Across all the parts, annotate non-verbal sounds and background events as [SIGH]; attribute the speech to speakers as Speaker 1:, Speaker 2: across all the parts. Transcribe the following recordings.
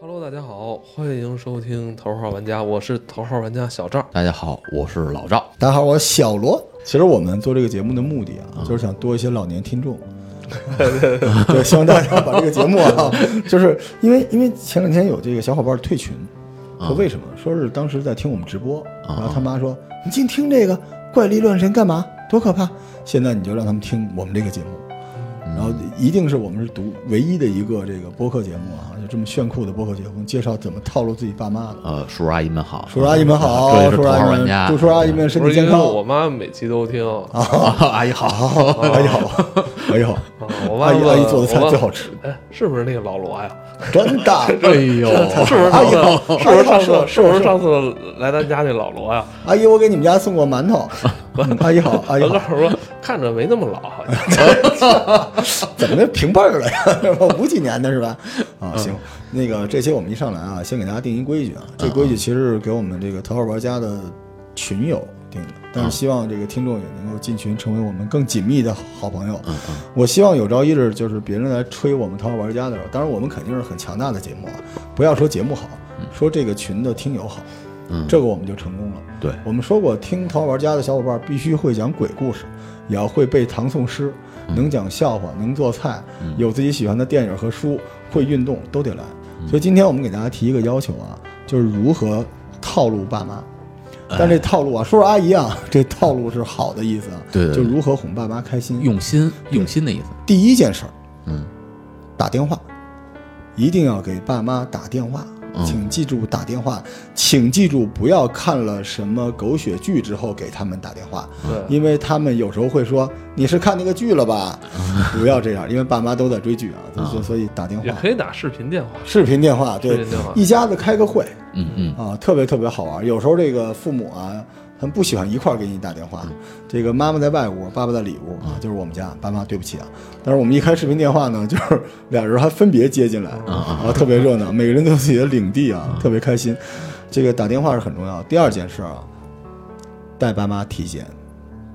Speaker 1: Hello，大家好，欢迎收听《头号玩家》，我是头号玩家小赵。
Speaker 2: 大家好，我是老赵。
Speaker 3: 大家好，我是小罗。其实我们做这个节目的目的啊，就是想多一些老年听众。 [LAUGHS] 对，希望大家把这个节目 [LAUGHS] 啊，就是因为因为前两天有这个小伙伴退群，说为什么？说是当时在听我们直播，然后他妈说：“你净听这个怪力乱神干嘛？多可怕！”现在你就让他们听我们这个节目，然后一定是我们是独唯一的一个这个播客节目啊，就这么炫酷的播客节目，介绍怎么套路自己爸妈的。
Speaker 2: 呃，叔叔阿姨们好，
Speaker 3: 叔叔阿姨们好，
Speaker 2: 这里是头
Speaker 3: 叔叔
Speaker 2: 号
Speaker 3: 阿姨
Speaker 2: 玩
Speaker 3: 们，
Speaker 2: 家，
Speaker 3: 祝叔叔阿姨们身
Speaker 1: 不
Speaker 3: 体
Speaker 1: 是因
Speaker 3: 健
Speaker 1: 为
Speaker 3: 康。
Speaker 1: 我妈每期都听，啊、
Speaker 2: 啊， [LAUGHS] 阿姨好，
Speaker 3: [LAUGHS] 阿姨好，阿姨好，
Speaker 1: 哦我妈
Speaker 3: 哎阿姨阿姨做的菜
Speaker 1: 我妈
Speaker 3: 最好吃，
Speaker 1: 哎，是不是那个老罗呀？
Speaker 3: [LAUGHS] 真的。
Speaker 2: 哎
Speaker 3: [LAUGHS]
Speaker 2: 呦，
Speaker 1: 是不是
Speaker 3: 阿
Speaker 1: 上
Speaker 3: 姨
Speaker 1: 次
Speaker 3: 好？
Speaker 1: 是不是上
Speaker 3: 阿姨好
Speaker 1: 次？是不
Speaker 3: 是我
Speaker 1: 是
Speaker 3: 是我
Speaker 1: 上次来咱家那老罗呀？
Speaker 3: 阿姨，我给你们家送过
Speaker 1: [LAUGHS]
Speaker 3: 馒头。嗯阿姨好，阿姨
Speaker 1: 我告
Speaker 3: 好，
Speaker 1: 诉说，看着没那么老，好像
Speaker 3: 哎怎么的平辈儿了呀？ [LAUGHS] 五几年的是吧？啊，行，那个这期我们一上来啊，先给大家定一规矩啊，这规矩其实是给我们这个头号玩家的群友定的，但是希望这个听众也能够进群，成为我们更紧密的好朋友。我希望有朝一日，就是别人来吹我们头号玩家的时候，当然我们肯定是很强大的节目啊，不要说节目好，说这个群的听友好，这个我们就成功了。
Speaker 2: 对，
Speaker 3: 我们说过，听《桃花玩家》的小伙伴必须会讲鬼故事，也要会背唐宋诗，
Speaker 2: 嗯
Speaker 3: 能讲笑话，能做菜，有自己喜欢的电影和书，会运动都得来。
Speaker 2: 嗯
Speaker 3: 所以今天我们给大家提一个要求啊，就是如何套路爸妈。
Speaker 2: 哎
Speaker 3: 但这套路啊，叔叔阿姨啊，这套路是好的意思啊，
Speaker 2: 对对
Speaker 3: 就
Speaker 2: 对
Speaker 3: 如何哄爸妈开心。
Speaker 2: 用心，用心的意思。
Speaker 3: 第一件事儿，
Speaker 2: 嗯，
Speaker 3: 打电话，一定要给爸妈打电话，
Speaker 2: 嗯
Speaker 3: 请记住打电话，请记住不要看了什么狗血剧之后给他们打电话，
Speaker 1: 对，
Speaker 3: 因为他们有时候会说你是看那个剧了吧，不要这样，因为爸妈都在追剧啊，所以所以打电
Speaker 1: 也
Speaker 3: 话
Speaker 1: 可，以打视频电话。
Speaker 3: 视频电话，
Speaker 1: 视
Speaker 3: 对
Speaker 1: 频电话，
Speaker 3: 一家子开个会
Speaker 2: 嗯嗯，
Speaker 3: 啊，特别特别好玩。有时候这个父母啊。他们不喜欢一块儿给你打电话，这个妈妈在外屋，爸爸在里屋啊，就是我们家爸妈，对不起啊。但是我们一开视频电话呢，就是 [LAUGHS] 俩人还分别接进来，啊，特别热闹，每个人都有自己的领地啊，特别开心。这个打电话是很重要。第二件事啊，带爸妈体检。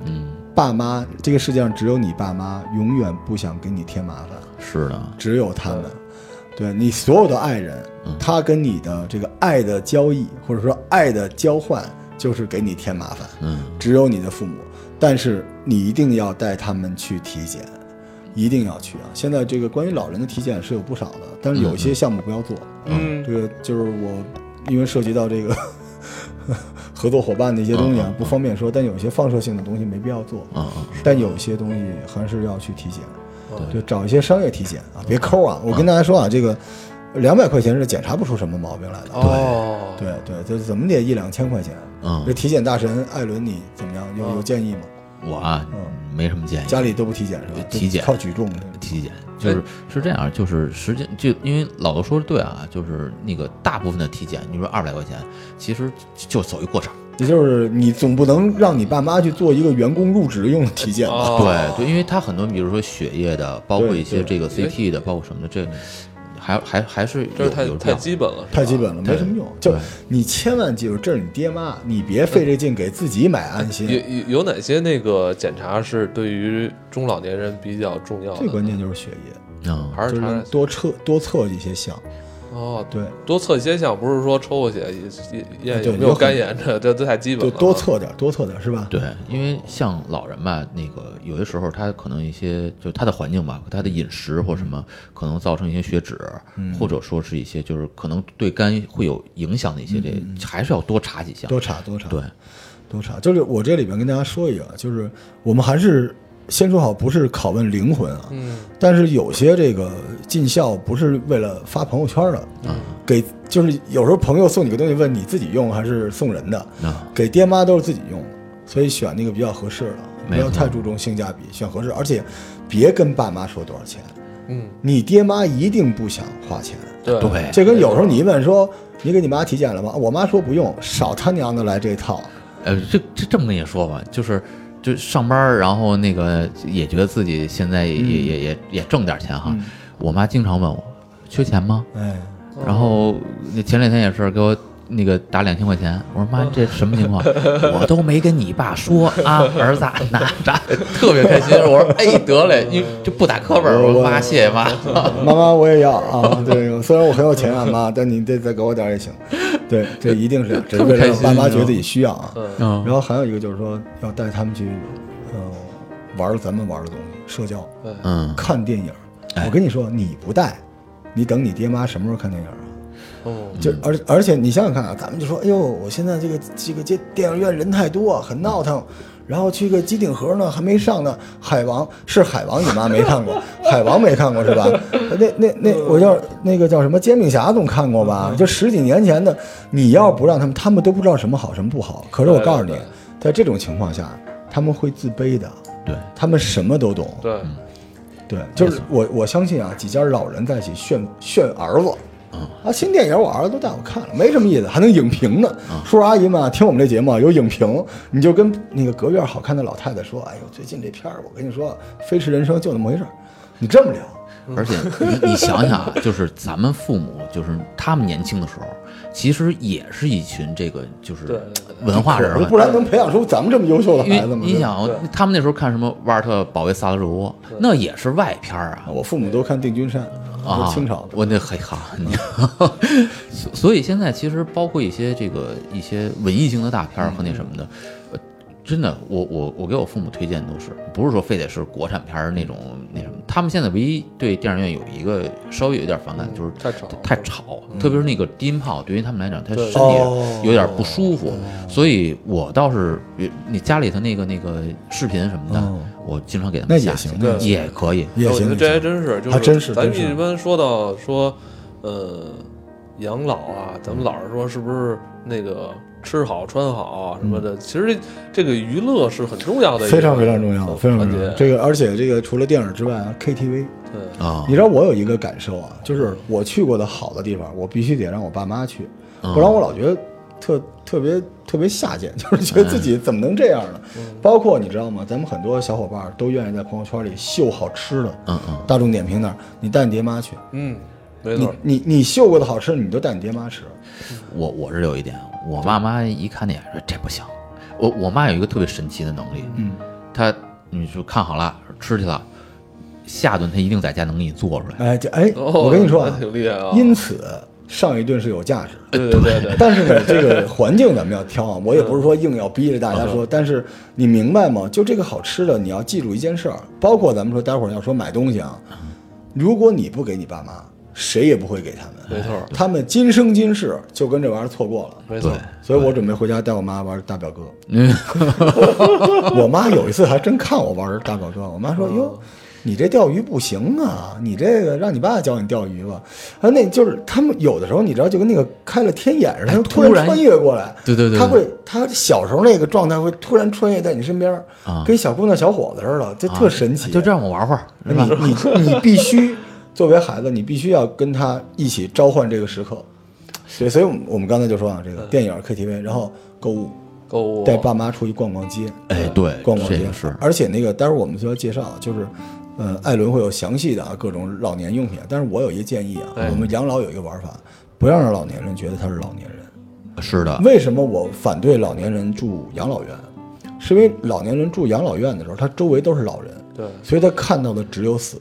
Speaker 2: 嗯，
Speaker 3: 爸妈，这个世界上只有你爸妈，永远不想给你添麻烦，
Speaker 2: 是的，
Speaker 3: 只有他们。对你所有的爱人，他跟你的这个爱的交易，或者说爱的交换，就是给你添麻烦。
Speaker 2: 嗯，
Speaker 3: 只有你的父母，但是你一定要带他们去体检，一定要去啊！现在这个关于老人的体检是有不少的，但是有一些项目不要做。
Speaker 1: 嗯，
Speaker 3: 这个就是我，因为涉及到这个 [LAUGHS] 合作伙伴的一些东西啊，不方便说。但有一些放射性的东西没必要做，
Speaker 2: 嗯嗯，
Speaker 3: 但有一些东西还是要去体检，
Speaker 1: 对
Speaker 3: 就找一些商业体检啊，别抠啊！我跟大家说啊，这个两百块钱是检查不出什么毛病来的。
Speaker 1: 哦，
Speaker 3: 对对，就是怎么得一两千块钱。
Speaker 2: 嗯
Speaker 3: 这体检大神艾伦，你怎么样？有有建议吗？
Speaker 2: 我啊，没什么建议。
Speaker 3: 嗯家里哎都不体检是吧？
Speaker 2: 体检
Speaker 3: 都靠举重的。
Speaker 2: 体检就是是这样，就是时间就因为老头说的对啊，就是那个大部分的体检，你说二百块钱，其实就走一过场。
Speaker 3: 也就是你总不能让你爸妈去做一个员工入职用的体检吧？
Speaker 1: 哦
Speaker 2: 对对，因为它很多，比如说血液的，包括
Speaker 3: 对
Speaker 2: 一些
Speaker 3: 对嗯
Speaker 2: 这个 CT 的，包括什么的，这还还还是
Speaker 1: 这
Speaker 2: 有
Speaker 1: 太
Speaker 2: 有必
Speaker 1: 太
Speaker 2: 要
Speaker 1: 基本了，是吧
Speaker 3: 太基本了，没什么用。就你千万记住，这是你爹妈，你别费这劲给自己买安
Speaker 1: 有
Speaker 3: 心。
Speaker 1: 有有哪些那个检查是对于中老年人比较重要
Speaker 3: 最
Speaker 1: 的？
Speaker 3: 关键就是血液，
Speaker 2: 嗯
Speaker 1: 还
Speaker 3: 就是
Speaker 1: 查
Speaker 3: 是多测多测一些项。
Speaker 1: 哦，
Speaker 3: 对，
Speaker 1: 多测一些项，不是说抽过血也也也
Speaker 3: 哎对
Speaker 1: 有没有
Speaker 3: 有很
Speaker 1: 肝炎，这这这太基本
Speaker 3: 就
Speaker 1: 了啊。
Speaker 3: 多测点，多测点是吧？
Speaker 2: 对，因为像老人吧，那个有些时候他可能一些就他的环境吧，他的饮食或什么，可能造成一些血脂，
Speaker 3: 嗯
Speaker 2: 或者说是一些就是可能对肝会有影响的一些这，还是要多查几项。
Speaker 3: 嗯多查多查。
Speaker 2: 对，
Speaker 3: 多查。就是我这里边跟大家说一个，啊就是我们还是先说好，不是拷问灵魂啊，
Speaker 1: 嗯，
Speaker 3: 但是有些这个尽孝不是为了发朋友圈的，
Speaker 2: 嗯
Speaker 3: 嗯给就是有时候朋友送你个东西，问你自己用还是送人的，
Speaker 2: 啊，
Speaker 3: 给爹妈都是自己用的，所以选那个比较合适的，不
Speaker 2: 没
Speaker 3: 要
Speaker 2: 错
Speaker 3: 太注重性价比，选合适，而且别跟爸妈说多少钱，
Speaker 1: 嗯，
Speaker 3: 你爹妈一定不想花钱。
Speaker 1: 对
Speaker 2: 对
Speaker 3: 这跟有时候你一问说你给你妈体检了吗？我妈说不用，少他娘的来这套。
Speaker 2: 呃，这这这么跟你说吧，就是。就上班儿，然后那个也觉得自己现在
Speaker 3: 嗯
Speaker 2: 也、也也也也挣点钱哈。我妈经常问我，缺钱吗？
Speaker 3: 哎，
Speaker 2: 然后那前两天也是给我那个打两千块钱，我说妈，这什么情 [LAUGHS] 况？我都没跟你爸说啊，儿子拿着， [LAUGHS] 特别开心。我说哎，得嘞，你就不打课本儿。我说妈，谢谢妈。
Speaker 3: 妈妈我也要啊，对，虽然我很有钱啊妈，但你得再给我点儿也行。对，这一定是这
Speaker 2: 特
Speaker 3: 是
Speaker 2: 别
Speaker 3: 为了
Speaker 2: 开
Speaker 3: 让
Speaker 2: 心
Speaker 3: 爸妈
Speaker 2: 你知
Speaker 3: 觉得
Speaker 2: 道
Speaker 3: 自己需要啊。
Speaker 2: 嗯 [LAUGHS]
Speaker 3: 然后还有一个就是说要带他们去，呃，玩儿咱们玩儿的东西，社交，
Speaker 2: 嗯，
Speaker 3: 看电影儿。
Speaker 2: 哎
Speaker 3: 我跟你说，你不带，你等你爹妈什么时候看电影儿啊？
Speaker 1: 哦，
Speaker 3: 就而而且你想想看啊，咱们就说，哎呦，我现在这个这个这电影院人太多，很闹腾。然后去个机顶盒呢，还没上呢。海王是海王，你妈没看过，海王没看过是吧？那那那，
Speaker 1: 嗯
Speaker 3: 我叫那个叫什么煎饼侠总看过吧？就十几年前的，你要不让他们，他们都不知道什么好什么不好。可是我告诉你
Speaker 1: 对对对，
Speaker 3: 在这种情况下，他们会自卑的，
Speaker 2: 对，
Speaker 3: 他们什么都懂。
Speaker 1: 对，
Speaker 3: 对，就是我我相信啊，几家老人在一起炫炫儿子。
Speaker 2: 嗯
Speaker 3: 啊，新电影我儿子都带我看了，没什么意思，还能影评呢。
Speaker 2: 嗯
Speaker 3: 叔叔阿姨们啊听我们这节目啊有影评，你就跟那个隔壁好看的老太太说：“哎呦，最近这片儿，我跟你说，《飞驰人生》就那么回事儿。”你这么聊，
Speaker 2: 而且你你想想啊，就是咱们父母，就是他们年轻的时候，其实也是一群这个就是
Speaker 1: 对对
Speaker 2: 文化人
Speaker 3: 不
Speaker 2: 嘛。
Speaker 3: 然能培养出咱们这么优秀的
Speaker 2: 因
Speaker 3: 孩
Speaker 2: 为
Speaker 3: 子吗？
Speaker 2: 你想啊，他们那时候看什么《瓦尔特保卫萨拉热窝》，那也是外片儿啊
Speaker 3: 啊，。我父母都看《定军山》，都
Speaker 2: 啊，
Speaker 3: 是清朝的。
Speaker 2: 我那嘿
Speaker 3: [LAUGHS]
Speaker 2: 哈，你所所以现在其实包括一些这个一些文艺性的大片儿和那什么的，呃，真的，我我我给我父母推荐都是，不是说非得是国产片儿那种那什么，他们现在唯一对电影院有一个稍微有一点反感，就是
Speaker 1: 太吵了
Speaker 2: 太吵，特别是那个低音炮，对于他们来讲，他身体
Speaker 3: 嗯哦
Speaker 2: 有点不舒服，所以我倒是呃你家里头那个那个视频什么
Speaker 3: 哦
Speaker 2: 的，我经常给他
Speaker 3: 那
Speaker 2: 们
Speaker 3: 也
Speaker 2: 下，
Speaker 3: 行
Speaker 2: 下，
Speaker 3: 那也
Speaker 2: 也可以，
Speaker 3: 也
Speaker 1: 哎我觉
Speaker 3: 行
Speaker 1: 得，这还真是，就
Speaker 3: 还真是
Speaker 1: 咱
Speaker 3: 真是
Speaker 1: 们一般说到说，呃，养老啊，咱
Speaker 3: 嗯
Speaker 1: 们老是说是不是那个吃好穿好啊什么的，其实这个娱乐是很重要的一个
Speaker 3: 嗯非常非常
Speaker 1: 环
Speaker 3: 重
Speaker 1: 节，
Speaker 3: 要，非常重要。这个，而且这个除了电影之外啊，KTV
Speaker 1: 对，
Speaker 2: 啊
Speaker 3: 你知道我有一个感受啊，就是我去过的好的地方，我必须得让我爸妈去，
Speaker 2: 啊
Speaker 3: 不然我老觉得特特别特别下贱， [LAUGHS] 就是觉得自己怎么能这样呢？包括你知道吗？咱们很多小伙伴都愿意在朋友圈里秀好吃的，
Speaker 2: 嗯嗯。
Speaker 3: 大众点评那儿，你带你爹妈去，
Speaker 1: 嗯，没
Speaker 3: 你
Speaker 1: 错，
Speaker 3: 你你秀过的好吃，你就带你爹妈吃。
Speaker 2: 我我是有一点，我爸妈一看那眼说这不行。我我妈有一个特别神奇的能力，嗯，她你说看好了吃去了，下顿她一定在家能给你做出来。
Speaker 3: 哎，这哎，
Speaker 1: 哦
Speaker 3: 我跟你说啊
Speaker 1: 那，挺厉害啊，
Speaker 3: 因此上一顿是有价值的。
Speaker 1: 对对对对，
Speaker 3: [LAUGHS] 但是呢，这个环境咱们要挑啊，我也不是说硬要逼着大家
Speaker 1: 嗯
Speaker 3: 说，但是你明白吗？就这个好吃的，你要记住一件事儿，包括咱们说待会儿要说买东西啊，
Speaker 1: 嗯
Speaker 3: 如果你不给你爸妈，谁也不会给他们，
Speaker 1: 没错
Speaker 3: 他们今生今世就跟这玩意儿错过了。
Speaker 1: 没错
Speaker 2: 对，
Speaker 3: 所以我准备回家带我妈玩大表哥。
Speaker 2: [LAUGHS]
Speaker 3: 我妈有一次还真看我玩大表哥，我妈
Speaker 2: 嗯
Speaker 3: 说：“哟，你这钓鱼不行啊，你这个让你爸教你钓鱼吧。”啊，那就是他们有的时候，你知道，就跟那个开了天眼似的，他们
Speaker 2: 哎突
Speaker 3: 突然
Speaker 2: 然
Speaker 3: 穿越过来。
Speaker 2: 对对对对
Speaker 3: 他会，他小时候那个状态会突然穿越在你身边儿
Speaker 2: 啊，
Speaker 3: 跟小姑娘、小伙子似的，这特神奇。
Speaker 2: 就这样我玩会儿，
Speaker 3: 你你你必须作为孩子，你必须要跟他一起召唤这个时刻。对，所以我们我们刚才就说啊，这
Speaker 2: 嗯
Speaker 3: 个电影 KTV，然后购物，
Speaker 1: 购物
Speaker 3: 带爸妈出去逛逛街，
Speaker 2: 哎，对，
Speaker 3: 逛逛
Speaker 2: 这
Speaker 3: 街
Speaker 2: 个是，
Speaker 3: 而且那个待会儿我们就要介绍，啊就是，呃，艾伦会有详细的啊各种老年用品，但是我有一个建议啊，
Speaker 1: 哎
Speaker 3: 我们养老有一个玩法，不要让老年人觉得他是老年人。
Speaker 2: 是的，
Speaker 3: 为什么我反对老年人住养老院？是因为老年人住养老院的时候，他周围都是老人，
Speaker 1: 对
Speaker 3: 所以他看到的只有死。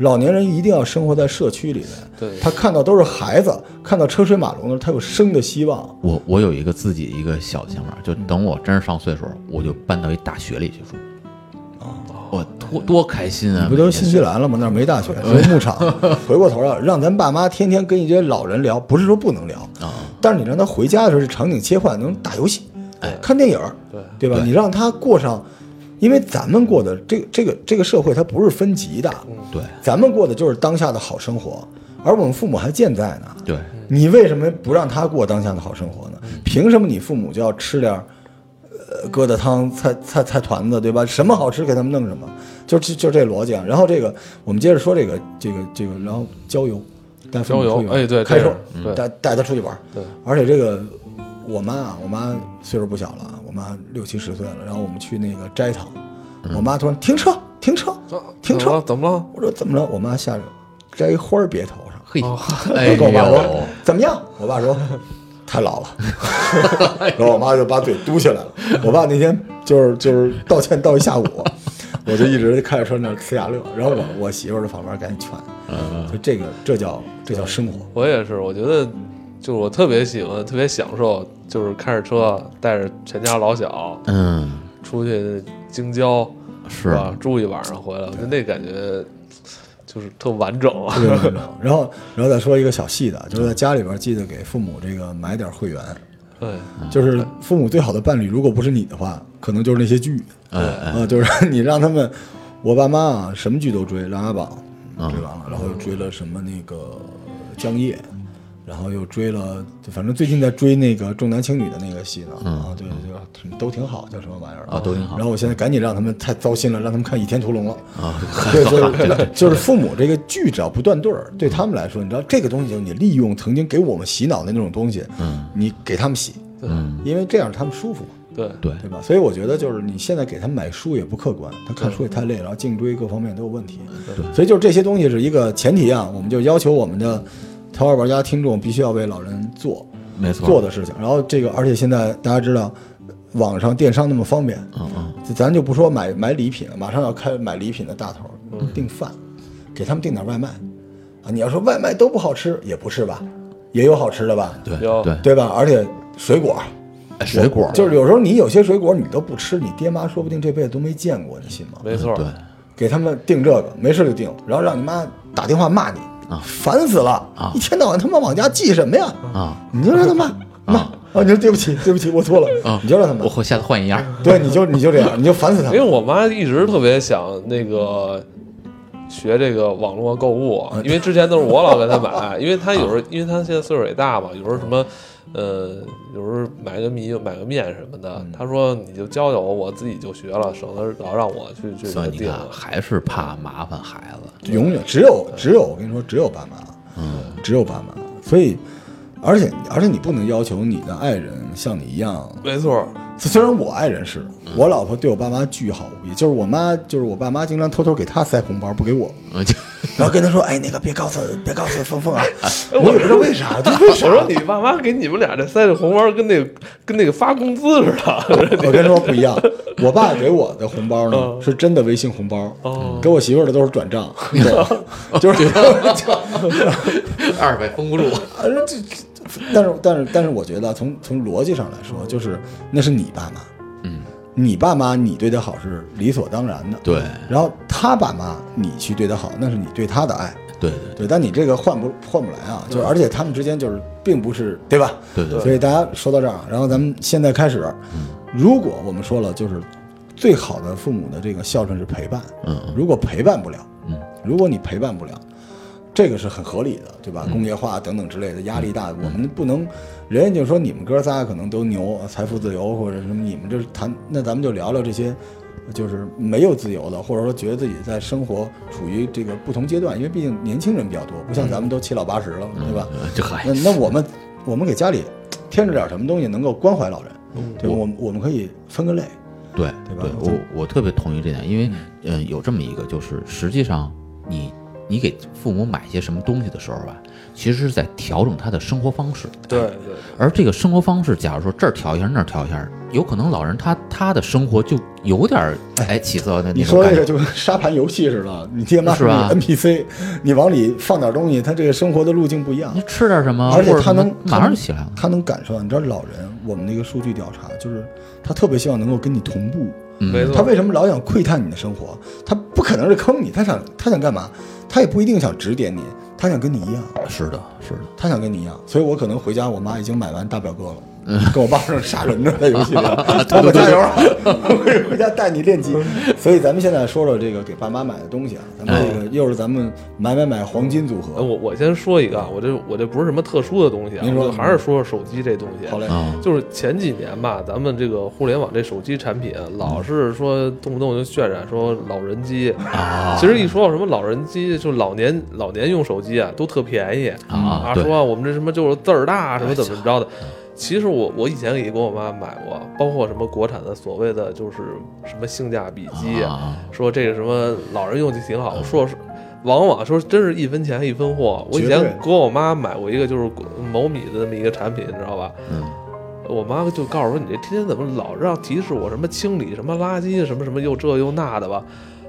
Speaker 3: 老年人一定要生活在社区里面，
Speaker 1: 对
Speaker 3: 他看到都是孩子，看到车水马龙的时候，他有生的希望。
Speaker 2: 我我有一个自己一个小想法，就等我真是上岁数，我就搬到一大学里去住。我多多开心啊！
Speaker 3: 哦你不都新西兰了吗？那儿没大学，只有牧 [LAUGHS] 场。回过头来，让咱爸妈天天跟一些老人聊，不是说不能聊，
Speaker 2: 啊
Speaker 3: 但是你让他回家的时候，这场景切换能打游戏，看电影，
Speaker 1: 对
Speaker 3: 哎对吧？你让他过上，因为咱们过的这个这个这个社会，它不是分级的，
Speaker 2: 对
Speaker 3: 咱们过的就是当下的好生活，而我们父母还健在呢。
Speaker 2: 对，
Speaker 3: 你为什么不让他过当下的好生活呢？凭什么你父母就要吃点儿，呃，疙瘩汤、菜菜菜团子，对吧？什么好吃给他们弄什么，就就就这逻辑啊。然后这个我们接着说这个这个这个，然后郊游，带父母
Speaker 1: 郊游
Speaker 3: 出去玩
Speaker 1: 哎对
Speaker 3: 开车
Speaker 1: 这个嗯
Speaker 3: 带带他出去玩，
Speaker 1: 对，
Speaker 3: 而且这个我妈啊，我妈岁数不小了啊，我妈六七十岁了，然后我们去那个斋堂，我妈突然停车停车
Speaker 1: 嗯
Speaker 3: 停
Speaker 1: 啊怎么
Speaker 3: 车
Speaker 1: 了，怎么了？
Speaker 3: 我说怎么了？我妈下来摘一花儿别头上。
Speaker 2: 嘿，
Speaker 3: [LAUGHS]
Speaker 2: 哎
Speaker 3: 跟我爸
Speaker 2: 呦
Speaker 3: 说，怎么样？我
Speaker 2: [LAUGHS]
Speaker 3: 爸说太老了， [LAUGHS] 然后我妈就把嘴嘟起来
Speaker 2: [LAUGHS]
Speaker 3: 了。我爸那天就是就是道歉道一下午，我就一直开着车那儿呲牙溜，然后我我媳妇儿在旁边赶紧劝，
Speaker 2: 嗯
Speaker 3: 就这个，这叫这叫生活。
Speaker 1: 我也是，我觉得就是我特别喜欢，特别享受，就是开着车带着全家老小
Speaker 2: 嗯，
Speaker 1: 出去京郊，
Speaker 2: 是
Speaker 1: 吧？住一晚上回来，我觉得那感觉就是特完整啊。
Speaker 3: 特别完整。然后，然后再说一个小细的，就是在家里边记得给父母这个买点会员，
Speaker 1: 对，
Speaker 3: 就是父母最好的伴侣，如果不是你的话，可能就是那些剧，
Speaker 2: 哎
Speaker 3: 啊、就是你让他们，我爸妈啊，什么剧都追，《琅琊榜》
Speaker 2: 嗯
Speaker 3: 追完了，然后又追了什么那个《江夜》，然后又追了，反正最近在追那个重男轻女的那个戏呢，啊，对对，挺都挺好，叫什么玩意儿
Speaker 2: 嗯啊都挺好
Speaker 3: 然后我现在赶紧让他们太糟心了，让他们看《倚天屠龙》了。
Speaker 2: 啊，
Speaker 3: 对，
Speaker 2: [LAUGHS]
Speaker 3: 就是就是父母这个剧只要不断对儿，对他们来说，你知道这个东西就是你利用曾经给我们洗脑的那种东西，嗯，你给他们洗，
Speaker 2: 嗯，
Speaker 3: 因为这样他们舒服，
Speaker 1: 对，
Speaker 2: 对，
Speaker 3: 对吧？所以我觉得就是你现在给他们买书也不客观，他看书也太累，然后颈椎各方面都有问题，
Speaker 2: 嗯
Speaker 3: 对，所以就是这些东西是一个前提啊，我们就要求我们的桃花玩家听众必须要为老人做
Speaker 2: 没错，
Speaker 3: 做的事情，然后这个而且现在大家知道。网上电商那么方便，
Speaker 2: 嗯嗯，
Speaker 3: 就咱就不说买买礼品了，马上要开买礼品的大头儿，
Speaker 2: 嗯
Speaker 3: 订饭，给他们订点外卖，啊，你要说外卖都不好吃，也不是吧，也有好吃的吧，
Speaker 2: 对
Speaker 1: 有
Speaker 2: 对，
Speaker 3: 对吧？而且水果，
Speaker 2: 哎水果
Speaker 3: 就是有时候你有些水果你都不吃，你爹妈说不定这辈子都没见过，你信吗？
Speaker 1: 没错，
Speaker 2: 对，
Speaker 3: 给他们订这个，没事就订，然后让你妈打电话骂你，烦死了，一天到晚他妈往家寄什么呀？
Speaker 2: 啊，
Speaker 3: 你就让他骂骂啊，你说对不起，对不起，我错了，
Speaker 2: 啊
Speaker 3: 你就让他骂
Speaker 2: 我，会下次换一样，
Speaker 3: 对，你就你就这样，你就烦死
Speaker 1: [LAUGHS]
Speaker 3: 他
Speaker 1: 因
Speaker 3: 们
Speaker 1: 为。我妈一直特别想那个学这个网络购物，
Speaker 3: 啊
Speaker 1: 因为之前都是我老给她买，因为她有时候，因为她现在岁数也大嘛，有时候什么，呃，有时候买个米买个面什么的，
Speaker 3: 嗯
Speaker 1: 她说你就教教我，我自己就学了，省得老让我去去
Speaker 2: 所以你
Speaker 1: 定
Speaker 2: 看
Speaker 3: 啊
Speaker 2: 还是怕麻烦孩子，
Speaker 3: 永远只有只有我跟你说，只有爸妈，只有爸妈。所以，而且而且你不能要求你的爱人像你一样。
Speaker 1: 没错，
Speaker 3: 虽然我爱人是我老婆对我爸妈巨好无比，就是我妈就是我爸妈经常偷偷给她塞红包不给 [LAUGHS] 我，
Speaker 2: 嗯就
Speaker 3: 然后跟她说，哎那个别告诉别告诉峰峰 [LAUGHS] 啊，我也不知道为啥，就为啥
Speaker 1: 我说你爸妈给你们俩这塞的红包跟那个跟那个发工资似的， [LAUGHS]
Speaker 3: 我跟你嗯说不一 [LAUGHS] 样，我爸给我的红包呢是真的微信红包，给我媳妇儿的都是转 [LAUGHS] 账， [LAUGHS] 对，就是
Speaker 2: 二百封不住，
Speaker 3: [LAUGHS] 啊，这这，这但是但是但是，我觉得从从逻辑上来说，就是那是你爸妈，
Speaker 2: 嗯，
Speaker 3: 你爸妈你对他好是理所当然的，。
Speaker 2: 对
Speaker 3: 然后他爸妈你去对他好，那是你对他的爱，
Speaker 2: 对对
Speaker 3: 对。但你这个换不换不来啊？就而且他们之间就是并不是对吧？
Speaker 2: 对对嗯
Speaker 3: 所以大家说到这儿，然后咱们现在开始，如果我们说了，就是最好的父母的这个孝顺是陪伴，
Speaker 2: 嗯
Speaker 3: 如果陪伴不了，
Speaker 2: 嗯，
Speaker 3: 如果你陪伴不了，这个是很合理的，对吧？工业化等等之类的压力大，我们不能，人家就说你们哥仨可能都牛，财富自由或者什么，你们这谈，那咱们就聊聊这些。就是没有自由的，或者说觉得自己在生活处于这个不同阶段，因为毕竟年轻人比较多，不像咱们都七老八十了，对吧？
Speaker 2: 呃这还
Speaker 3: 那那我们我们给家里添置点什么东西能够关怀老人，对吧？嗯我们我们可以分个类，
Speaker 2: 对
Speaker 3: 对吧
Speaker 2: 我我特别同意这点，因为嗯、呃有这么一个，就是实际上你你给父母买些什么东西的时候吧，其实是在调整他的生活方式。
Speaker 1: 对对对，
Speaker 2: 而这个生活方式，假如说这儿调一下，那儿调一下，有可能老人他他的生活就有点儿哎起色的
Speaker 3: 你
Speaker 2: 那种
Speaker 3: 说
Speaker 2: 感
Speaker 3: 这
Speaker 2: 觉
Speaker 3: 个。就跟沙盘游戏似的，你爹妈
Speaker 2: 是吧
Speaker 3: 你 NPC，你往里放点东西，他这个生活的路径不一样
Speaker 2: 你，吃点什么，
Speaker 3: 而且
Speaker 2: 或者
Speaker 3: 他
Speaker 2: 什么
Speaker 3: 能
Speaker 2: 马上就起来了。
Speaker 3: 他能感受到。你知道老人，我们那个数据调查就是，他特别希望能够跟你同步。
Speaker 1: 没错，
Speaker 3: 嗯他为什么老想窥探你的生活？他不可能是坑你，他想他想干嘛？他也不一定想指点你，他想跟你一样。
Speaker 2: 是的，是的，
Speaker 3: 他想跟你一样，所以我可能回家，我妈已经买完大表哥
Speaker 1: [LAUGHS]
Speaker 3: 了，跟我爸正杀人呢，在游戏里，爸爸加油啊！ [LAUGHS] 我回家带你练级。所以咱们现在说说这个给爸妈买的东西啊，咱们这个又是咱们买买买黄金组
Speaker 1: 哎
Speaker 3: 合，
Speaker 1: 我我先说一个，啊，我这我这不是什么特殊的东西啊，
Speaker 3: 您说
Speaker 1: 我还是说说手机这东西。
Speaker 3: 好嘞，
Speaker 2: 啊，
Speaker 1: 就是前几年吧，咱们这个互联网这手机产品，老是说动不动就渲染说老人机
Speaker 2: 啊
Speaker 1: 其实一说到什么老人机，就老年老年用手机啊，都特便宜
Speaker 2: 啊对啊
Speaker 1: 说啊我们这什么就是字儿大，什么怎么着的。其实我我以前也给我妈买过，包括什么国产的所谓的就是什么性价比机，
Speaker 2: 啊嗯
Speaker 1: 说这个什么老人用就挺好，说是。往往说真是一分钱一分货。我以前
Speaker 3: 绝对
Speaker 1: 给我妈买过一个就是某米的那么一个产品，你知道吧？
Speaker 2: 嗯，
Speaker 1: 我妈就告诉我，你这天天怎么老让提示我什么清理什么垃圾什么什么又这又那的吧，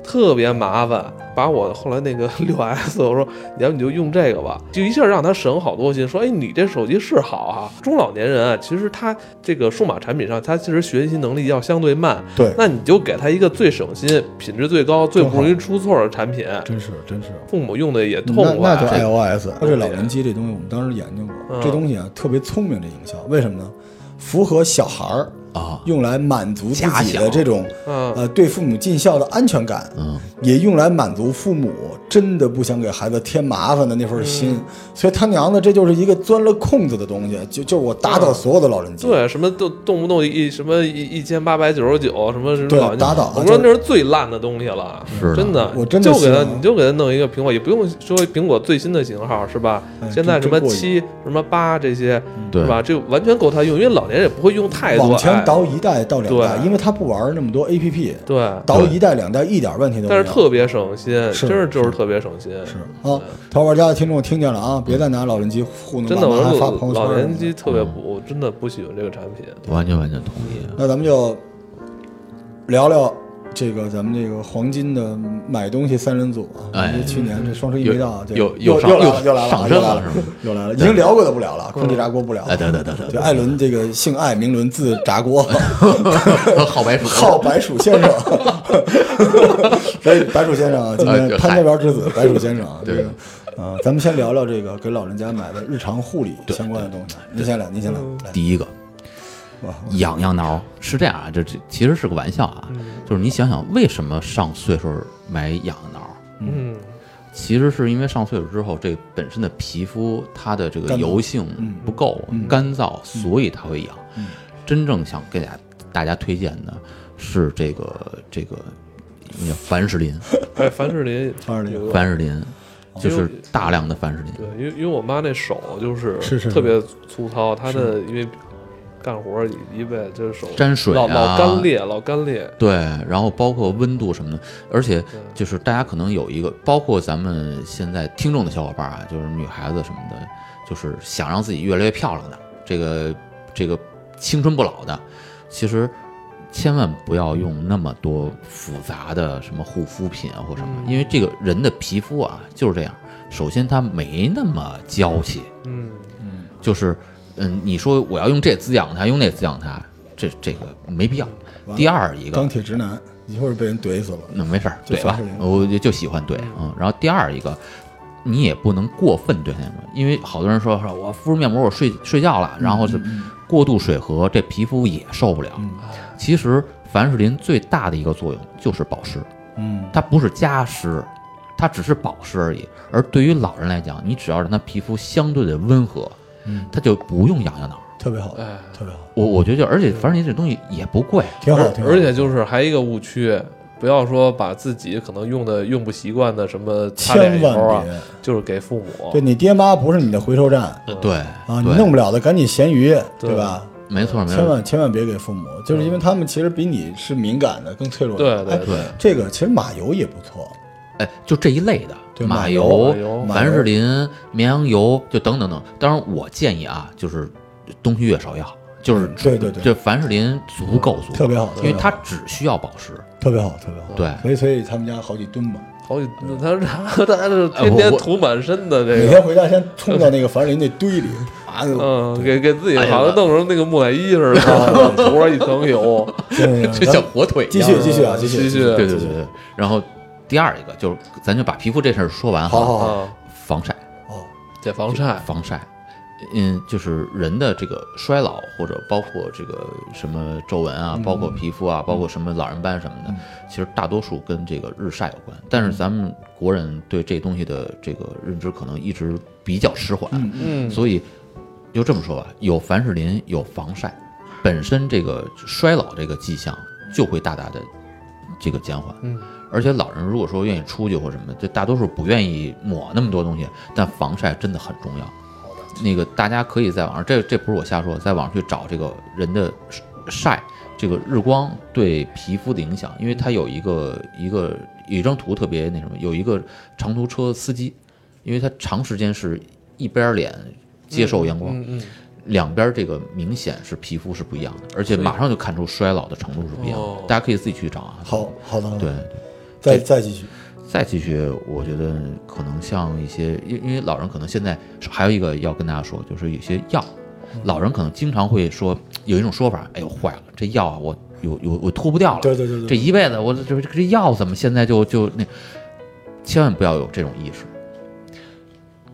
Speaker 1: 特别麻烦，把我后来那个 [LAUGHS] 六 S，我说要不你就用这个吧，就一下让他省好多心，说哎你这手机是好啊。中老年人啊，其实他这个数码产品上，他其实学习能力要相对慢，
Speaker 3: 对，
Speaker 1: 那你就给他一个最省心、品质最高、最
Speaker 3: 正好
Speaker 1: 不容易出错的产品，
Speaker 3: 真是真是。
Speaker 1: 父母用的也痛啊
Speaker 3: 那
Speaker 1: 快。
Speaker 3: 那就哎 iOS，它
Speaker 1: 对
Speaker 3: 这老人机这东西，我们当时研究过，
Speaker 1: 嗯
Speaker 3: 这东西啊特别聪明，这营销为什么呢？符合小孩儿
Speaker 2: 啊，
Speaker 3: 用来满足自
Speaker 2: 假
Speaker 3: 己
Speaker 2: 想
Speaker 3: 的这种
Speaker 1: 嗯
Speaker 3: 呃对父母尽孝的安全感，
Speaker 2: 嗯，
Speaker 3: 也用来满足父母真的不想给孩子添麻烦的那份心。
Speaker 1: 嗯
Speaker 3: 所以他娘的，这就是一个钻了空子的东西，就就是我打倒所有的老人
Speaker 1: 嗯
Speaker 3: 机。
Speaker 1: 对，什么动动不动一什么一一千八百九十九，什么什么
Speaker 3: 对
Speaker 1: 老年
Speaker 3: 打倒啊
Speaker 1: 我说
Speaker 3: 就
Speaker 1: 那是最烂的东西了，
Speaker 2: 是的
Speaker 1: 真的，
Speaker 3: 我真的
Speaker 1: 就给他，
Speaker 3: 信了
Speaker 1: 你就给他弄一个苹果，也不用说苹果最新的型号是吧？
Speaker 3: 哎
Speaker 1: 现在
Speaker 3: 真
Speaker 1: 什么
Speaker 3: 真过瘾嗯
Speaker 1: 七、什么八这些
Speaker 2: 对
Speaker 1: 是吧？这完全够他用，因为老年人也不会用太多。
Speaker 3: 往前
Speaker 1: 哎
Speaker 3: 倒一代到两代，
Speaker 1: 对
Speaker 3: 因为他不玩那么多 APP，
Speaker 1: 对，
Speaker 3: 倒一代两代一点问题都没
Speaker 1: 但
Speaker 3: 有。
Speaker 1: 是特别省心，
Speaker 3: 是
Speaker 1: 真是就是特别省心。
Speaker 3: 是啊，淘宝家的听众听见了
Speaker 2: 嗯
Speaker 3: 啊，别再拿老人机糊弄
Speaker 1: 真
Speaker 3: 爸
Speaker 1: 的，我
Speaker 3: 妈，还
Speaker 1: 说
Speaker 3: 发朋友圈
Speaker 1: 老
Speaker 3: 儿
Speaker 1: 年机特别
Speaker 3: 嗯
Speaker 1: 不，我真的不喜欢这个产品。
Speaker 2: 完全完全同意。
Speaker 3: 那咱们就聊聊这个咱们这个黄金的买东西三人组啊。
Speaker 2: 哎
Speaker 3: 这去年这双十一
Speaker 2: 又
Speaker 3: 没到，这
Speaker 2: 又
Speaker 3: 又
Speaker 2: 又上
Speaker 3: 又来了，又来了，
Speaker 2: 上
Speaker 3: 又
Speaker 2: 阵
Speaker 3: 来
Speaker 2: 了
Speaker 3: 了
Speaker 2: 是吗，
Speaker 3: 又来了，已经聊过的不聊了，空气炸锅不聊
Speaker 2: 哎，
Speaker 3: 了。
Speaker 2: 对对对对
Speaker 3: 就艾伦这个姓艾，名伦，字炸锅，
Speaker 2: 对， [LAUGHS] 好白
Speaker 3: 号
Speaker 2: 说，
Speaker 3: 白鼠
Speaker 1: [LAUGHS]
Speaker 3: 先生。所以白鼠先生啊，今
Speaker 2: 哎
Speaker 3: 天
Speaker 2: 对
Speaker 3: 潘家园之子白鼠先
Speaker 1: [LAUGHS]
Speaker 3: 生啊，这
Speaker 2: 对
Speaker 3: 个，呃，咱们先聊聊这个给老人家买的日常护理相关的东西。您先来，您先来，来
Speaker 2: 第一个
Speaker 3: 哇
Speaker 2: 痒痒挠是这样啊，这这其实是个玩笑啊，就是你想想为什么上岁数买痒痒挠，
Speaker 1: 嗯，
Speaker 2: 其实是因为上岁数之后，这本身的皮肤它的这个
Speaker 3: 干燥嗯
Speaker 2: 油性不够、干燥，所以它会痒。真正想给大家大家推荐的是这个这个叫凡士
Speaker 3: [LAUGHS]
Speaker 2: 林，
Speaker 1: 哎，凡士林，
Speaker 3: 凡士林
Speaker 1: 有个
Speaker 2: 凡士林就是大量的凡士林。
Speaker 1: 对，因为因为我妈那手就是
Speaker 3: 是是
Speaker 1: 特别粗糙，她的因为干活儿一辈子就是手
Speaker 2: 沾水
Speaker 1: 老
Speaker 2: 啊
Speaker 1: 老干裂，老干裂。
Speaker 2: 对，然后包括温度什么的，而且就是大家可能有一个，包括咱们现在听众的小伙伴啊，就是女孩子什么的，就是想让自己越来越漂亮的，这个这个青春不老的，其实千万不要用那么多复杂的什么护肤品啊或什么，因为这个人的皮肤啊就是这样，首先它没那么娇气，
Speaker 1: 嗯，
Speaker 2: 就是，嗯，你说我要用这滋养它，用那滋养它，这这个没必要。第二一个
Speaker 3: 钢，铁直男，一会儿被人怼死了。
Speaker 2: 那没事儿，
Speaker 3: 就
Speaker 2: 怼吧
Speaker 3: 凡士林，
Speaker 2: 我就就喜欢怼嗯。然后第二一个，你也不能过分对它面膜，因为好多人说说我敷面膜我睡睡觉了，然后是过度水合，这皮肤也受不了。啊其实凡士林最大的一个作用就是保湿，
Speaker 3: 嗯，
Speaker 2: 它不是加湿，它只是保湿而已。而对于老人来讲，你只要让他皮肤相对的温和，嗯，他就不用痒痒挠。
Speaker 3: 特别好，
Speaker 1: 哎
Speaker 3: 特别好，
Speaker 2: 我我觉得就，而且凡士林这东西也不贵，
Speaker 3: 挺好，啊挺好。
Speaker 1: 而且就是还一个误区，不要说把自己可能用的用不习惯的什么擦脸
Speaker 3: 千
Speaker 1: 油啊
Speaker 3: 万别，
Speaker 1: 就是给父母
Speaker 3: 对。你爹妈不是你的回收站啊，
Speaker 2: 对
Speaker 3: 你
Speaker 2: 对
Speaker 3: 弄不了的赶紧咸鱼，对吧？
Speaker 2: 没错没
Speaker 3: 千
Speaker 2: 错，
Speaker 3: 万千万别给父母，就是因为他们其实比你是敏感的，更脆弱的。
Speaker 1: 嗯对对
Speaker 3: 哎
Speaker 1: 对，
Speaker 3: 这个其实马油也不错，
Speaker 2: 哎，就这一类的，
Speaker 3: 对
Speaker 2: 马
Speaker 3: 马油
Speaker 1: 马油
Speaker 2: 凡士林、绵羊油，就等等等。当然，我建议啊，就是东西越少越好，就是
Speaker 3: 嗯对对对嗯
Speaker 2: 这凡士林足够足够，
Speaker 3: 特别好
Speaker 2: 因
Speaker 3: 嗯
Speaker 2: 为它只需要保湿。
Speaker 3: 特别好，特别好。
Speaker 2: 对
Speaker 3: 所以所以他们家好几吨吧，
Speaker 1: 好几他他他是天
Speaker 2: 哎
Speaker 1: 天
Speaker 2: 我
Speaker 1: 涂满身的
Speaker 3: 每
Speaker 1: 这个。
Speaker 3: 天回家先冲到那个樊林那堆里，
Speaker 2: [LAUGHS]
Speaker 3: 啊，
Speaker 1: 嗯，给给自己
Speaker 2: 哎呀
Speaker 1: 好像弄成那个木乃伊似
Speaker 3: [LAUGHS]
Speaker 1: 的，涂上一层油。
Speaker 3: 对
Speaker 2: 就像 [LAUGHS] 火腿一
Speaker 3: 继
Speaker 2: 样。
Speaker 3: 续继续啊，继续
Speaker 1: 继续
Speaker 2: 对对对对。然后第二一个就是，咱就把皮肤这事儿说完
Speaker 3: 好好好
Speaker 1: 啊，
Speaker 2: 防晒，
Speaker 3: 哦，
Speaker 1: 得防晒。
Speaker 2: 防晒。嗯，就是人的这个衰老，或者包括这个什么皱纹啊，包
Speaker 1: 嗯
Speaker 2: 括皮肤啊，包括什么老人斑什么的，其实大多数跟这个日晒有关。但
Speaker 1: 嗯
Speaker 2: 是咱们国人对这东西的这个认知可能一直比较迟缓，
Speaker 1: 嗯，
Speaker 2: 所以就这么说吧，有凡士林，有防晒，本身这个衰老这个迹象就会大大的这个减缓。
Speaker 1: 嗯，
Speaker 2: 而且老人如果说愿意出去或什么的，就大多数不愿意抹那么多东西，但防晒真的很重要。那个大家可以在网上，这这不是我瞎说，在网上去找这个人的晒，这个日光对皮肤的影响，因为它有一个一个有一张图特别那什么，有一个长途车司机，因为他长时间是一边脸接受阳光，
Speaker 1: 嗯嗯，
Speaker 2: 两边这个明显是皮肤是不一样的，而且马上就看出衰老的程度是不一样的，
Speaker 1: 哦
Speaker 2: 大家可以自己去找啊。
Speaker 3: 好好的，
Speaker 2: 对，
Speaker 3: 再再继续，
Speaker 2: 再继续，我觉得可能像一些，因因为老人可能现在还有一个要跟大家说，就是有些药，老人可能经常会说有一种说法，哎呦坏了，这药啊我有有我脱不掉了，
Speaker 3: 对对对对
Speaker 2: 这一辈子我就是这药怎么现在就就那，千万不要有这种意识。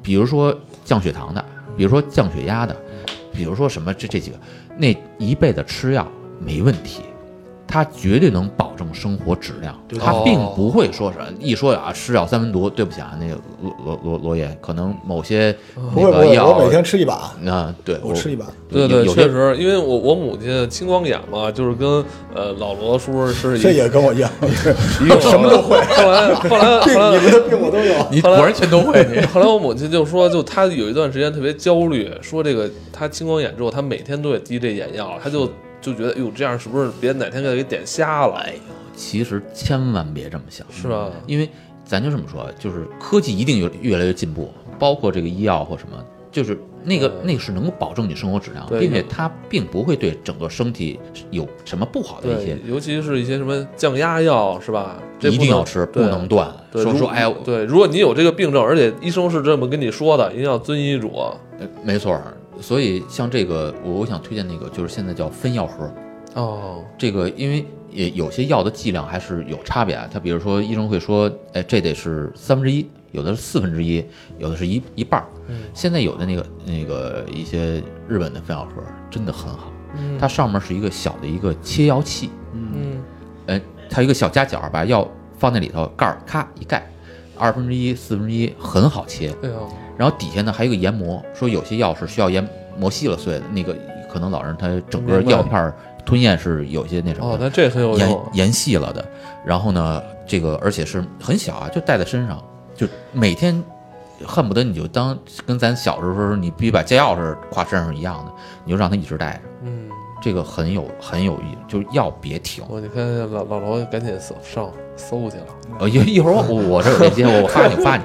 Speaker 2: 比如说降血糖的，比如说降血压的，比如说什么这这几个，那一辈子吃药没问题，它绝对能保证生活质量，它
Speaker 3: 哦
Speaker 2: 并不会说是一说啊吃药三分毒，对不起啊，那个罗罗罗罗爷，可能某些
Speaker 3: 嗯不
Speaker 2: 那
Speaker 3: 会不
Speaker 2: 个
Speaker 3: 会，
Speaker 2: 药
Speaker 3: 我每天吃一把，
Speaker 2: 啊，对
Speaker 3: 我吃一把，
Speaker 1: 对
Speaker 2: 有
Speaker 1: 对，
Speaker 2: 有
Speaker 1: 确
Speaker 2: 些
Speaker 1: 实，因为我我母亲青光眼嘛，就是跟呃老罗叔是一
Speaker 3: 这也跟我一
Speaker 2: [LAUGHS]
Speaker 3: 样， [LAUGHS]
Speaker 1: 一个什么都会。后来后来后
Speaker 3: 病你 [LAUGHS]
Speaker 1: 来
Speaker 3: 们的病我都有。
Speaker 2: 你
Speaker 1: 后来
Speaker 2: 果然全都会你。
Speaker 1: [LAUGHS] 后来我母亲就说，就她有一段时间特别焦虑，说这个她青光眼之后，她每天都得滴这眼药，她就就觉得，哎呦，这样是不是别哪天给点瞎
Speaker 2: 哎
Speaker 1: 了？
Speaker 2: 其实千万别这么想，
Speaker 1: 是啊吧？
Speaker 2: 因为咱就这么说，就是科技一定有越来越进步，包括这个医药或什么，就是那个、那个是能够保证你生活质量，
Speaker 1: 对
Speaker 2: 并且它并不会对整个身体有什么不好的一些
Speaker 1: 对，，尤其是一些什么降压药，是吧？这
Speaker 2: 一
Speaker 1: 不
Speaker 2: 定
Speaker 1: 能
Speaker 2: 要吃，不
Speaker 1: 对
Speaker 2: 能断。
Speaker 1: 对
Speaker 2: 说
Speaker 1: 如
Speaker 2: 说，哎呀，
Speaker 1: 对，如果你有这个病症，而且医生是这么跟你说的，一定要遵医嘱。
Speaker 2: 呃没错儿。所以像这个，我我想推荐那个，就是现在叫分药盒，
Speaker 1: 哦，
Speaker 2: 这个因为也有些药的剂量还是有差别啊。它比如说医生会说，哎，这得是三分之一，有的是四分之一，有的是一一半儿。
Speaker 1: 嗯
Speaker 2: 现在有的那个那个一些日本的分药盒真的很好，它上面是一个小的一个切药器，
Speaker 1: 嗯，
Speaker 2: 呃，它有一个小夹角，把药放在里头，盖儿咔一盖，二分之一、四分之一很好切。
Speaker 1: 哎呦，
Speaker 2: 然后底下呢还有一个研磨，说有些药是需要研磨细了碎的，那个可能老人他整个
Speaker 1: 明白
Speaker 2: 药片儿吞咽是有一些那什么
Speaker 1: 哦
Speaker 2: 的，
Speaker 1: 那这很有
Speaker 2: 延
Speaker 1: 用。
Speaker 2: 延细了的。然后呢，这个而且是很小啊，就带在身上，就每天恨不得你就当跟咱小时候时候你必须把家钥匙挎身上是一样的，你就让他一直带着，
Speaker 1: 嗯，
Speaker 2: 这个很有很有意，就是药别停。
Speaker 1: 我你看老老罗赶紧搜上搜去了。
Speaker 2: 呃，一一会儿我我我这有链接，我我发你
Speaker 1: [LAUGHS]
Speaker 2: 我发你。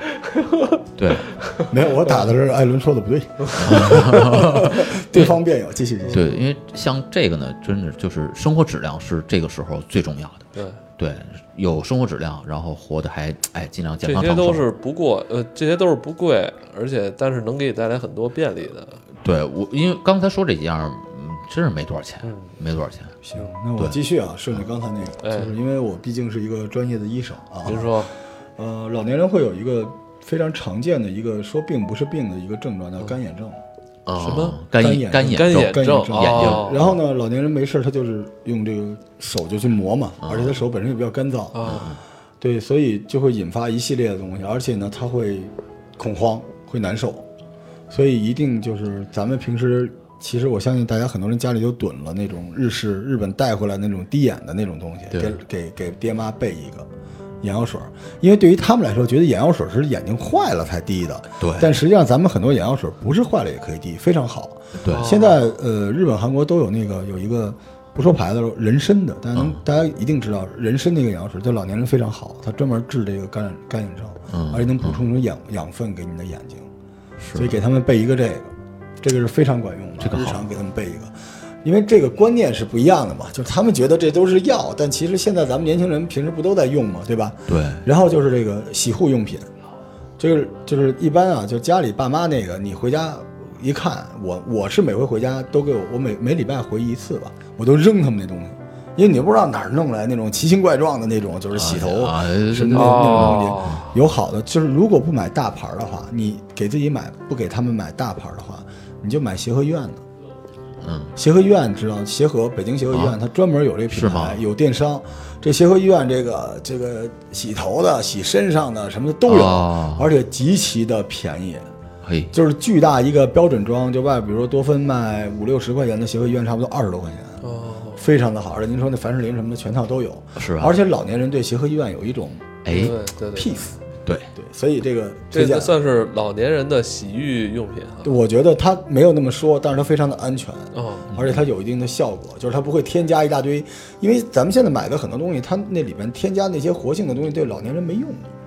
Speaker 2: 对，
Speaker 3: [LAUGHS] 没有，我打的是艾伦说的
Speaker 2: [LAUGHS]
Speaker 3: 不对，对方辩友，继续继续。
Speaker 2: 对，因为像这个呢，真的就是生活质量是这个时候最重要的。
Speaker 1: 对，
Speaker 2: 对，有生活质量，然后活得还哎尽量健
Speaker 1: 这
Speaker 2: 康
Speaker 1: 些
Speaker 2: 长寿。
Speaker 1: 都是不过呃，这些都是不贵，而且但是能给你带来很多便利的。
Speaker 2: 对我，因为刚才说这几样，嗯，真是没多少钱，没多少钱。
Speaker 3: 行，那我继续啊，顺着刚才那个，
Speaker 1: 哎
Speaker 3: 就是因为我毕竟是一个专业的医生
Speaker 2: 哦
Speaker 3: 啊
Speaker 1: 比，如说，
Speaker 3: 呃，老年人会有一个非常常见的一个说病不是病的一个症状叫干眼症。
Speaker 2: 什
Speaker 1: 么
Speaker 2: 干
Speaker 3: 干
Speaker 2: 眼
Speaker 3: 眼
Speaker 2: 干
Speaker 3: 症
Speaker 1: 干
Speaker 2: 症
Speaker 1: 眼？
Speaker 3: 干眼
Speaker 1: 症，
Speaker 3: 症
Speaker 2: 眼睛
Speaker 1: 哦
Speaker 3: 然后呢，老年人没事儿他就是用这个手就去磨嘛，而且他手本身也比较干燥，
Speaker 1: 啊，
Speaker 3: 对，所以就会引发一系列的东西，而且呢，他会恐慌，会难受，所以一定就是咱们平时，其实我相信大家很多人家里就囤了那种日式日本带回来那种滴眼的那种东西，
Speaker 2: 对
Speaker 3: 给给给爹妈备一个。眼药水儿，因为对于他们来说，觉得眼药水儿是眼睛坏了才滴的。
Speaker 2: 对
Speaker 3: 但实际上咱们很多眼药水儿不是坏了也可以滴，非常好。
Speaker 2: 对
Speaker 3: 现在呃，日本、韩国都有那个有一个不说牌子了，人参的，大家能、大家一定知道，人参那个眼药水对老年人非常好，它专门治这个干干眼症，而且能补充一种养、养分给你的眼睛，所以给他们备一个这个，这个是非常管用的，这个日常给他们备一个。因为这个观念是不一样的嘛，就是他们觉得这都是药，但其实现在咱们年轻人平时不都在用嘛，对吧？
Speaker 2: 对，
Speaker 3: 然后就是这个洗护用品，就是就是一般啊，就家里爸妈那个，你回家一看，我我是每回回家都给我，我每每礼拜回一次吧，我都扔他们那东西，因为你不知道哪儿弄来那种奇形怪状的那种，就是洗头
Speaker 2: 啊
Speaker 3: 什么
Speaker 1: 啊
Speaker 3: 那那种东
Speaker 1: 哦
Speaker 3: 西。有好的，就是如果不买大牌儿的话，你给自己买，不给他们买大牌儿的话，你就买协和医院的。
Speaker 2: 嗯，
Speaker 3: 协和医院知道，协和北京协和医院、它专门有这个
Speaker 2: 啊是
Speaker 3: 品
Speaker 2: 吗
Speaker 3: 牌，有电商。这协和医院这个这个洗头的、洗身上的什么的都有，
Speaker 2: 哦
Speaker 3: 而且极其的便宜，
Speaker 2: 嘿，
Speaker 3: 就是巨大一个标准装，就外边比如说多芬卖五六十块钱的协和医院，差不多二十多块钱。
Speaker 1: 哦，
Speaker 3: 非常的好，而且您说那凡士林什么的全套都有，
Speaker 2: 是啊吧
Speaker 3: 而且老年人对协和医院有一种
Speaker 2: 哎，
Speaker 1: 对对对，
Speaker 3: peace，
Speaker 2: 对，
Speaker 3: 对，所以这个
Speaker 1: 这
Speaker 3: 推荐
Speaker 1: 就算是老年人的洗浴用品啊。
Speaker 3: 我觉得它没有那么说，但是它非常的安全，
Speaker 1: 哦，
Speaker 3: 而且它有一定的效果，就是它不会添加一大堆，因为咱们现在买的很多东西，它那里边添加那些活性的东西对老年人没用，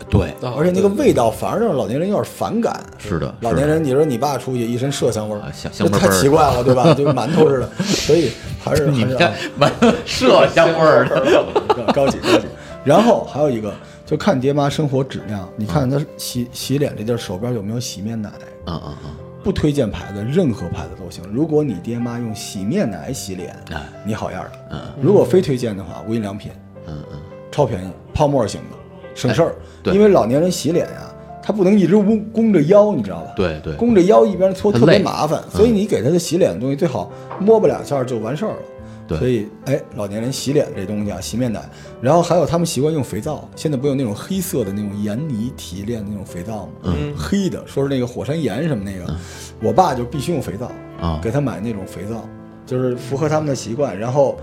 Speaker 2: 对，
Speaker 1: 啊
Speaker 3: 而且那个味道反而让老年人有点反感。
Speaker 2: 是的，
Speaker 3: 老
Speaker 2: 是
Speaker 3: 年
Speaker 2: 的
Speaker 3: 人，你说你爸出去一身麝香味儿
Speaker 2: 啊，香
Speaker 3: 这
Speaker 2: 香味儿
Speaker 3: 太
Speaker 2: 倍儿
Speaker 3: 奇怪了，
Speaker 2: [LAUGHS]
Speaker 3: 对吧？就馒头似的，所以还是
Speaker 2: 你
Speaker 3: 还
Speaker 2: 们
Speaker 3: 是
Speaker 2: 家
Speaker 3: 啊
Speaker 2: 满麝香味儿的，
Speaker 3: 高高级高级。然后还有一个就看爹妈生活质量，你
Speaker 2: 嗯
Speaker 3: 看他洗洗脸这地儿手边有没有洗面奶。
Speaker 2: 啊啊啊！
Speaker 3: 不推荐牌子，任何牌子都行。如果你爹妈用洗面奶洗脸，
Speaker 2: 哎
Speaker 3: 你好样儿的。如果非推荐的话，无印良品，
Speaker 2: 嗯嗯，
Speaker 3: 超便宜，泡沫型的，省事儿。
Speaker 2: 哎对
Speaker 3: 因为老年人洗脸呀、他不能一直弓弓着腰，你知道吧？
Speaker 2: 对对
Speaker 3: 弓着腰一边搓
Speaker 2: 他
Speaker 3: 特别
Speaker 2: 累嗯
Speaker 3: 麻烦，所以你给他的洗脸的东西最好摸吧两下就完事儿了。
Speaker 2: 对
Speaker 3: 所以哎，老年人洗脸这东西啊，洗面奶，然后还有他们习惯用肥皂，现在不有那种黑色的那种盐泥提炼的那种肥皂吗？嗯，黑的，说是那个火山岩什么那个，我爸就必须用肥皂
Speaker 2: 啊
Speaker 3: 给他买那种肥皂，就是符合他们的习惯，然后。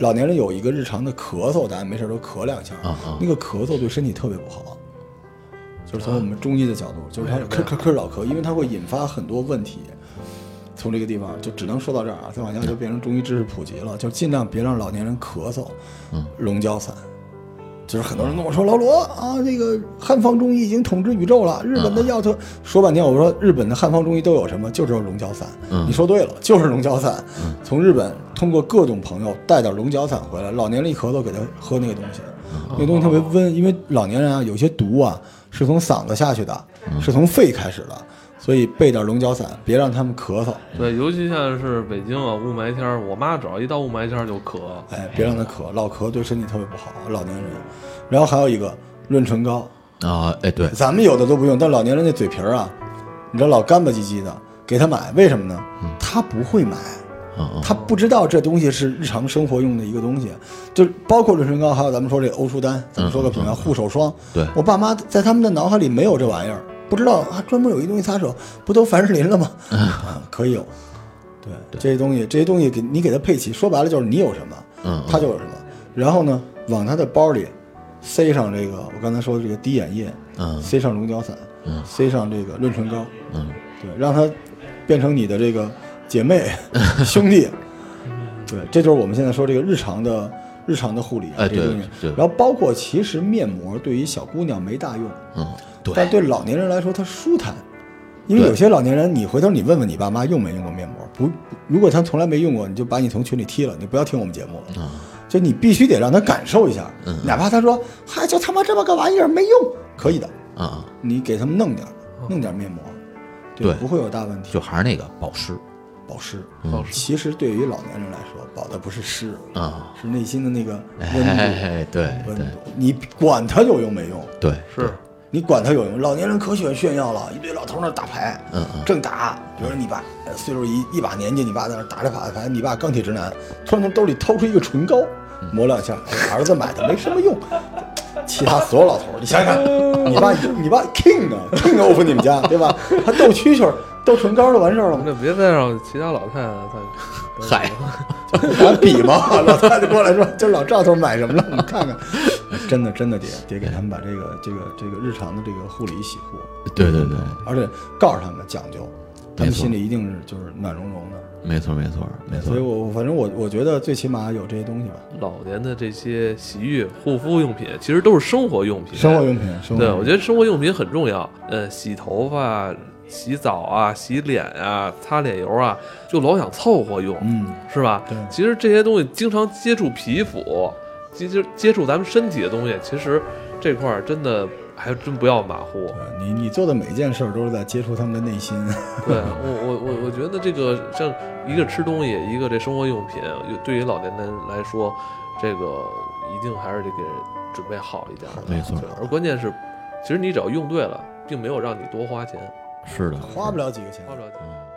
Speaker 3: 老年人有一个日常的咳嗽，大家没事儿都咳两下儿，
Speaker 2: 啊啊
Speaker 3: 那个咳嗽对身体特别不好。就是从我们中医的角度，就是他咳咳咳老咳，因为它会引发很多问题。从这个地方就只能说到这儿啊，再往下就变成中医知识普及了，就尽量别让老年人咳嗽。嗯，龙角散，就是很多人跟我说老罗啊，这个汉方中医已经统治宇宙了，日本的药特、说半天，我说日本的汉方中医都有什么？就只有龙角散。你说对了，就是龙角散。从日本通过各种朋友带点龙角散回来，老年人一咳嗽给他喝那个东西，那个东西特别温，因为老年人啊有些毒啊是从嗓子下去的，是从肺开始的，所以备点龙角散，别让他们咳嗽。
Speaker 1: 对，尤其现在是北京啊，雾霾天儿，我妈只要一到雾霾天儿就咳。
Speaker 3: 哎，别让他咳，老咳对身体特别不好，老年人。然后还有一个润唇膏，
Speaker 2: 啊，哎对，
Speaker 3: 咱们有的都不用，但老年人那嘴皮儿啊，你知道老干巴唧唧的，给他买，为什么呢？他不会买，
Speaker 2: 嗯嗯
Speaker 3: 他不知道这东西是日常生活用的一个东西，就包括润唇膏，还有咱们说这欧舒丹，咱们说个品牌护手霜，
Speaker 2: 嗯对
Speaker 3: 我爸妈在他们的脑海里没有这玩意儿，不知道啊，专门有一东西擦手，不都凡士林了吗？
Speaker 2: 嗯
Speaker 3: 啊，可以有，对，这些东西，这些东西给你给他配齐，说白了就是你有什么，
Speaker 2: 嗯
Speaker 3: 他就有什么，然后呢，往他的包里塞上这个我刚才说的这个滴眼液，
Speaker 2: 嗯
Speaker 3: 塞上龙角散，
Speaker 2: 嗯
Speaker 3: 塞上这个润唇膏，
Speaker 2: 嗯，
Speaker 3: 对，让她变成你的这个
Speaker 2: [LAUGHS]
Speaker 3: 姐妹、兄弟。对，这就是我们现在说这个日常的日常的护理啊，
Speaker 2: 哎
Speaker 3: 这个
Speaker 2: 对
Speaker 3: 东西
Speaker 2: 对
Speaker 3: 然后包括其实面膜对于小姑娘没大用，
Speaker 2: 嗯
Speaker 3: 但
Speaker 2: 对，
Speaker 3: 对老年人来说它舒坦，因为
Speaker 2: 对
Speaker 3: 有些老年人，你回头你问问你爸妈用没用过面膜，不，如果他从来没用过，你就把你从群里踢了，你不要听我们节目
Speaker 2: 嗯
Speaker 3: 了。就你必须得让他感受一下，哪怕他说嗨，就他妈这么个玩意儿没用，可以的，
Speaker 2: 啊，
Speaker 3: 你给他们弄点儿，
Speaker 1: 嗯
Speaker 3: 弄点儿面膜，
Speaker 2: 对嗯
Speaker 3: 不会有大问题。
Speaker 2: 就还是那个保湿
Speaker 3: 保湿，
Speaker 1: 保湿
Speaker 3: 其实对于老年人来说，保的不是湿，
Speaker 2: 啊，
Speaker 3: 是内心的那个温度。
Speaker 2: 哎对
Speaker 3: 温
Speaker 2: 对
Speaker 3: 度，你管它有用没用，
Speaker 2: 对，
Speaker 1: 是，
Speaker 3: 你管它有用。老年人可喜欢炫耀了，一堆老头儿那儿打牌，
Speaker 2: 嗯嗯
Speaker 3: 正打，比如说你爸呃岁数一一把年纪，你爸在那儿打着把牌，你爸钢铁直男，突然从兜里掏出一个唇膏，
Speaker 2: 嗯
Speaker 3: 抹两下，哎儿子买的没什么用。其他所有老头儿，你想想，你爸你爸 king 啊，king of 你们家对吧？他斗蛐蛐儿、斗唇膏就完事
Speaker 2: [LAUGHS]
Speaker 3: 儿了吗？
Speaker 1: 那别再让其他老太太再
Speaker 2: 嗨，
Speaker 3: 咱比 [LAUGHS] 嘛，老太太过来说，就是老赵头买什么了，你看 [LAUGHS] 看。真的，真的得得
Speaker 2: 哎
Speaker 3: 给他们把这个这个这个日常的这个护理洗护，
Speaker 2: 对对对，
Speaker 3: 而且告诉他们讲究，他
Speaker 2: 没
Speaker 3: 们
Speaker 2: 错
Speaker 3: 心里一定是就是暖融融的。
Speaker 2: 没错没错没错
Speaker 3: 所以，我反正我我觉得最起码有这些东西吧，
Speaker 1: 老年的这些洗浴、护肤用品，其实都是生活用品。
Speaker 3: 生活用品，生活
Speaker 1: 对，
Speaker 3: 用
Speaker 1: 我
Speaker 3: 品
Speaker 1: 觉得生活用品很重要。呃，洗头发、洗澡啊、洗脸啊、擦脸油啊，就老想凑合用，
Speaker 3: 嗯，
Speaker 1: 是吧
Speaker 3: 对？
Speaker 1: 其实这些东西经常接触皮肤，接接接触咱们身体的东西，其实这块儿真的还真不要马虎。
Speaker 3: 对你你做的每一件事儿都是在接触他们的内心，
Speaker 1: 对我我我我觉得这个像一个吃东西，一个这生活用品，有对于老年人来说，这个一定还是得给准备好一点儿的。
Speaker 2: 没
Speaker 3: [LAUGHS]
Speaker 2: 错
Speaker 1: 对而关键是，其实你只要用对了，并没有让你多花钱，
Speaker 2: 是的，
Speaker 3: 花不了几个钱
Speaker 1: 花。不了钱。
Speaker 2: 嗯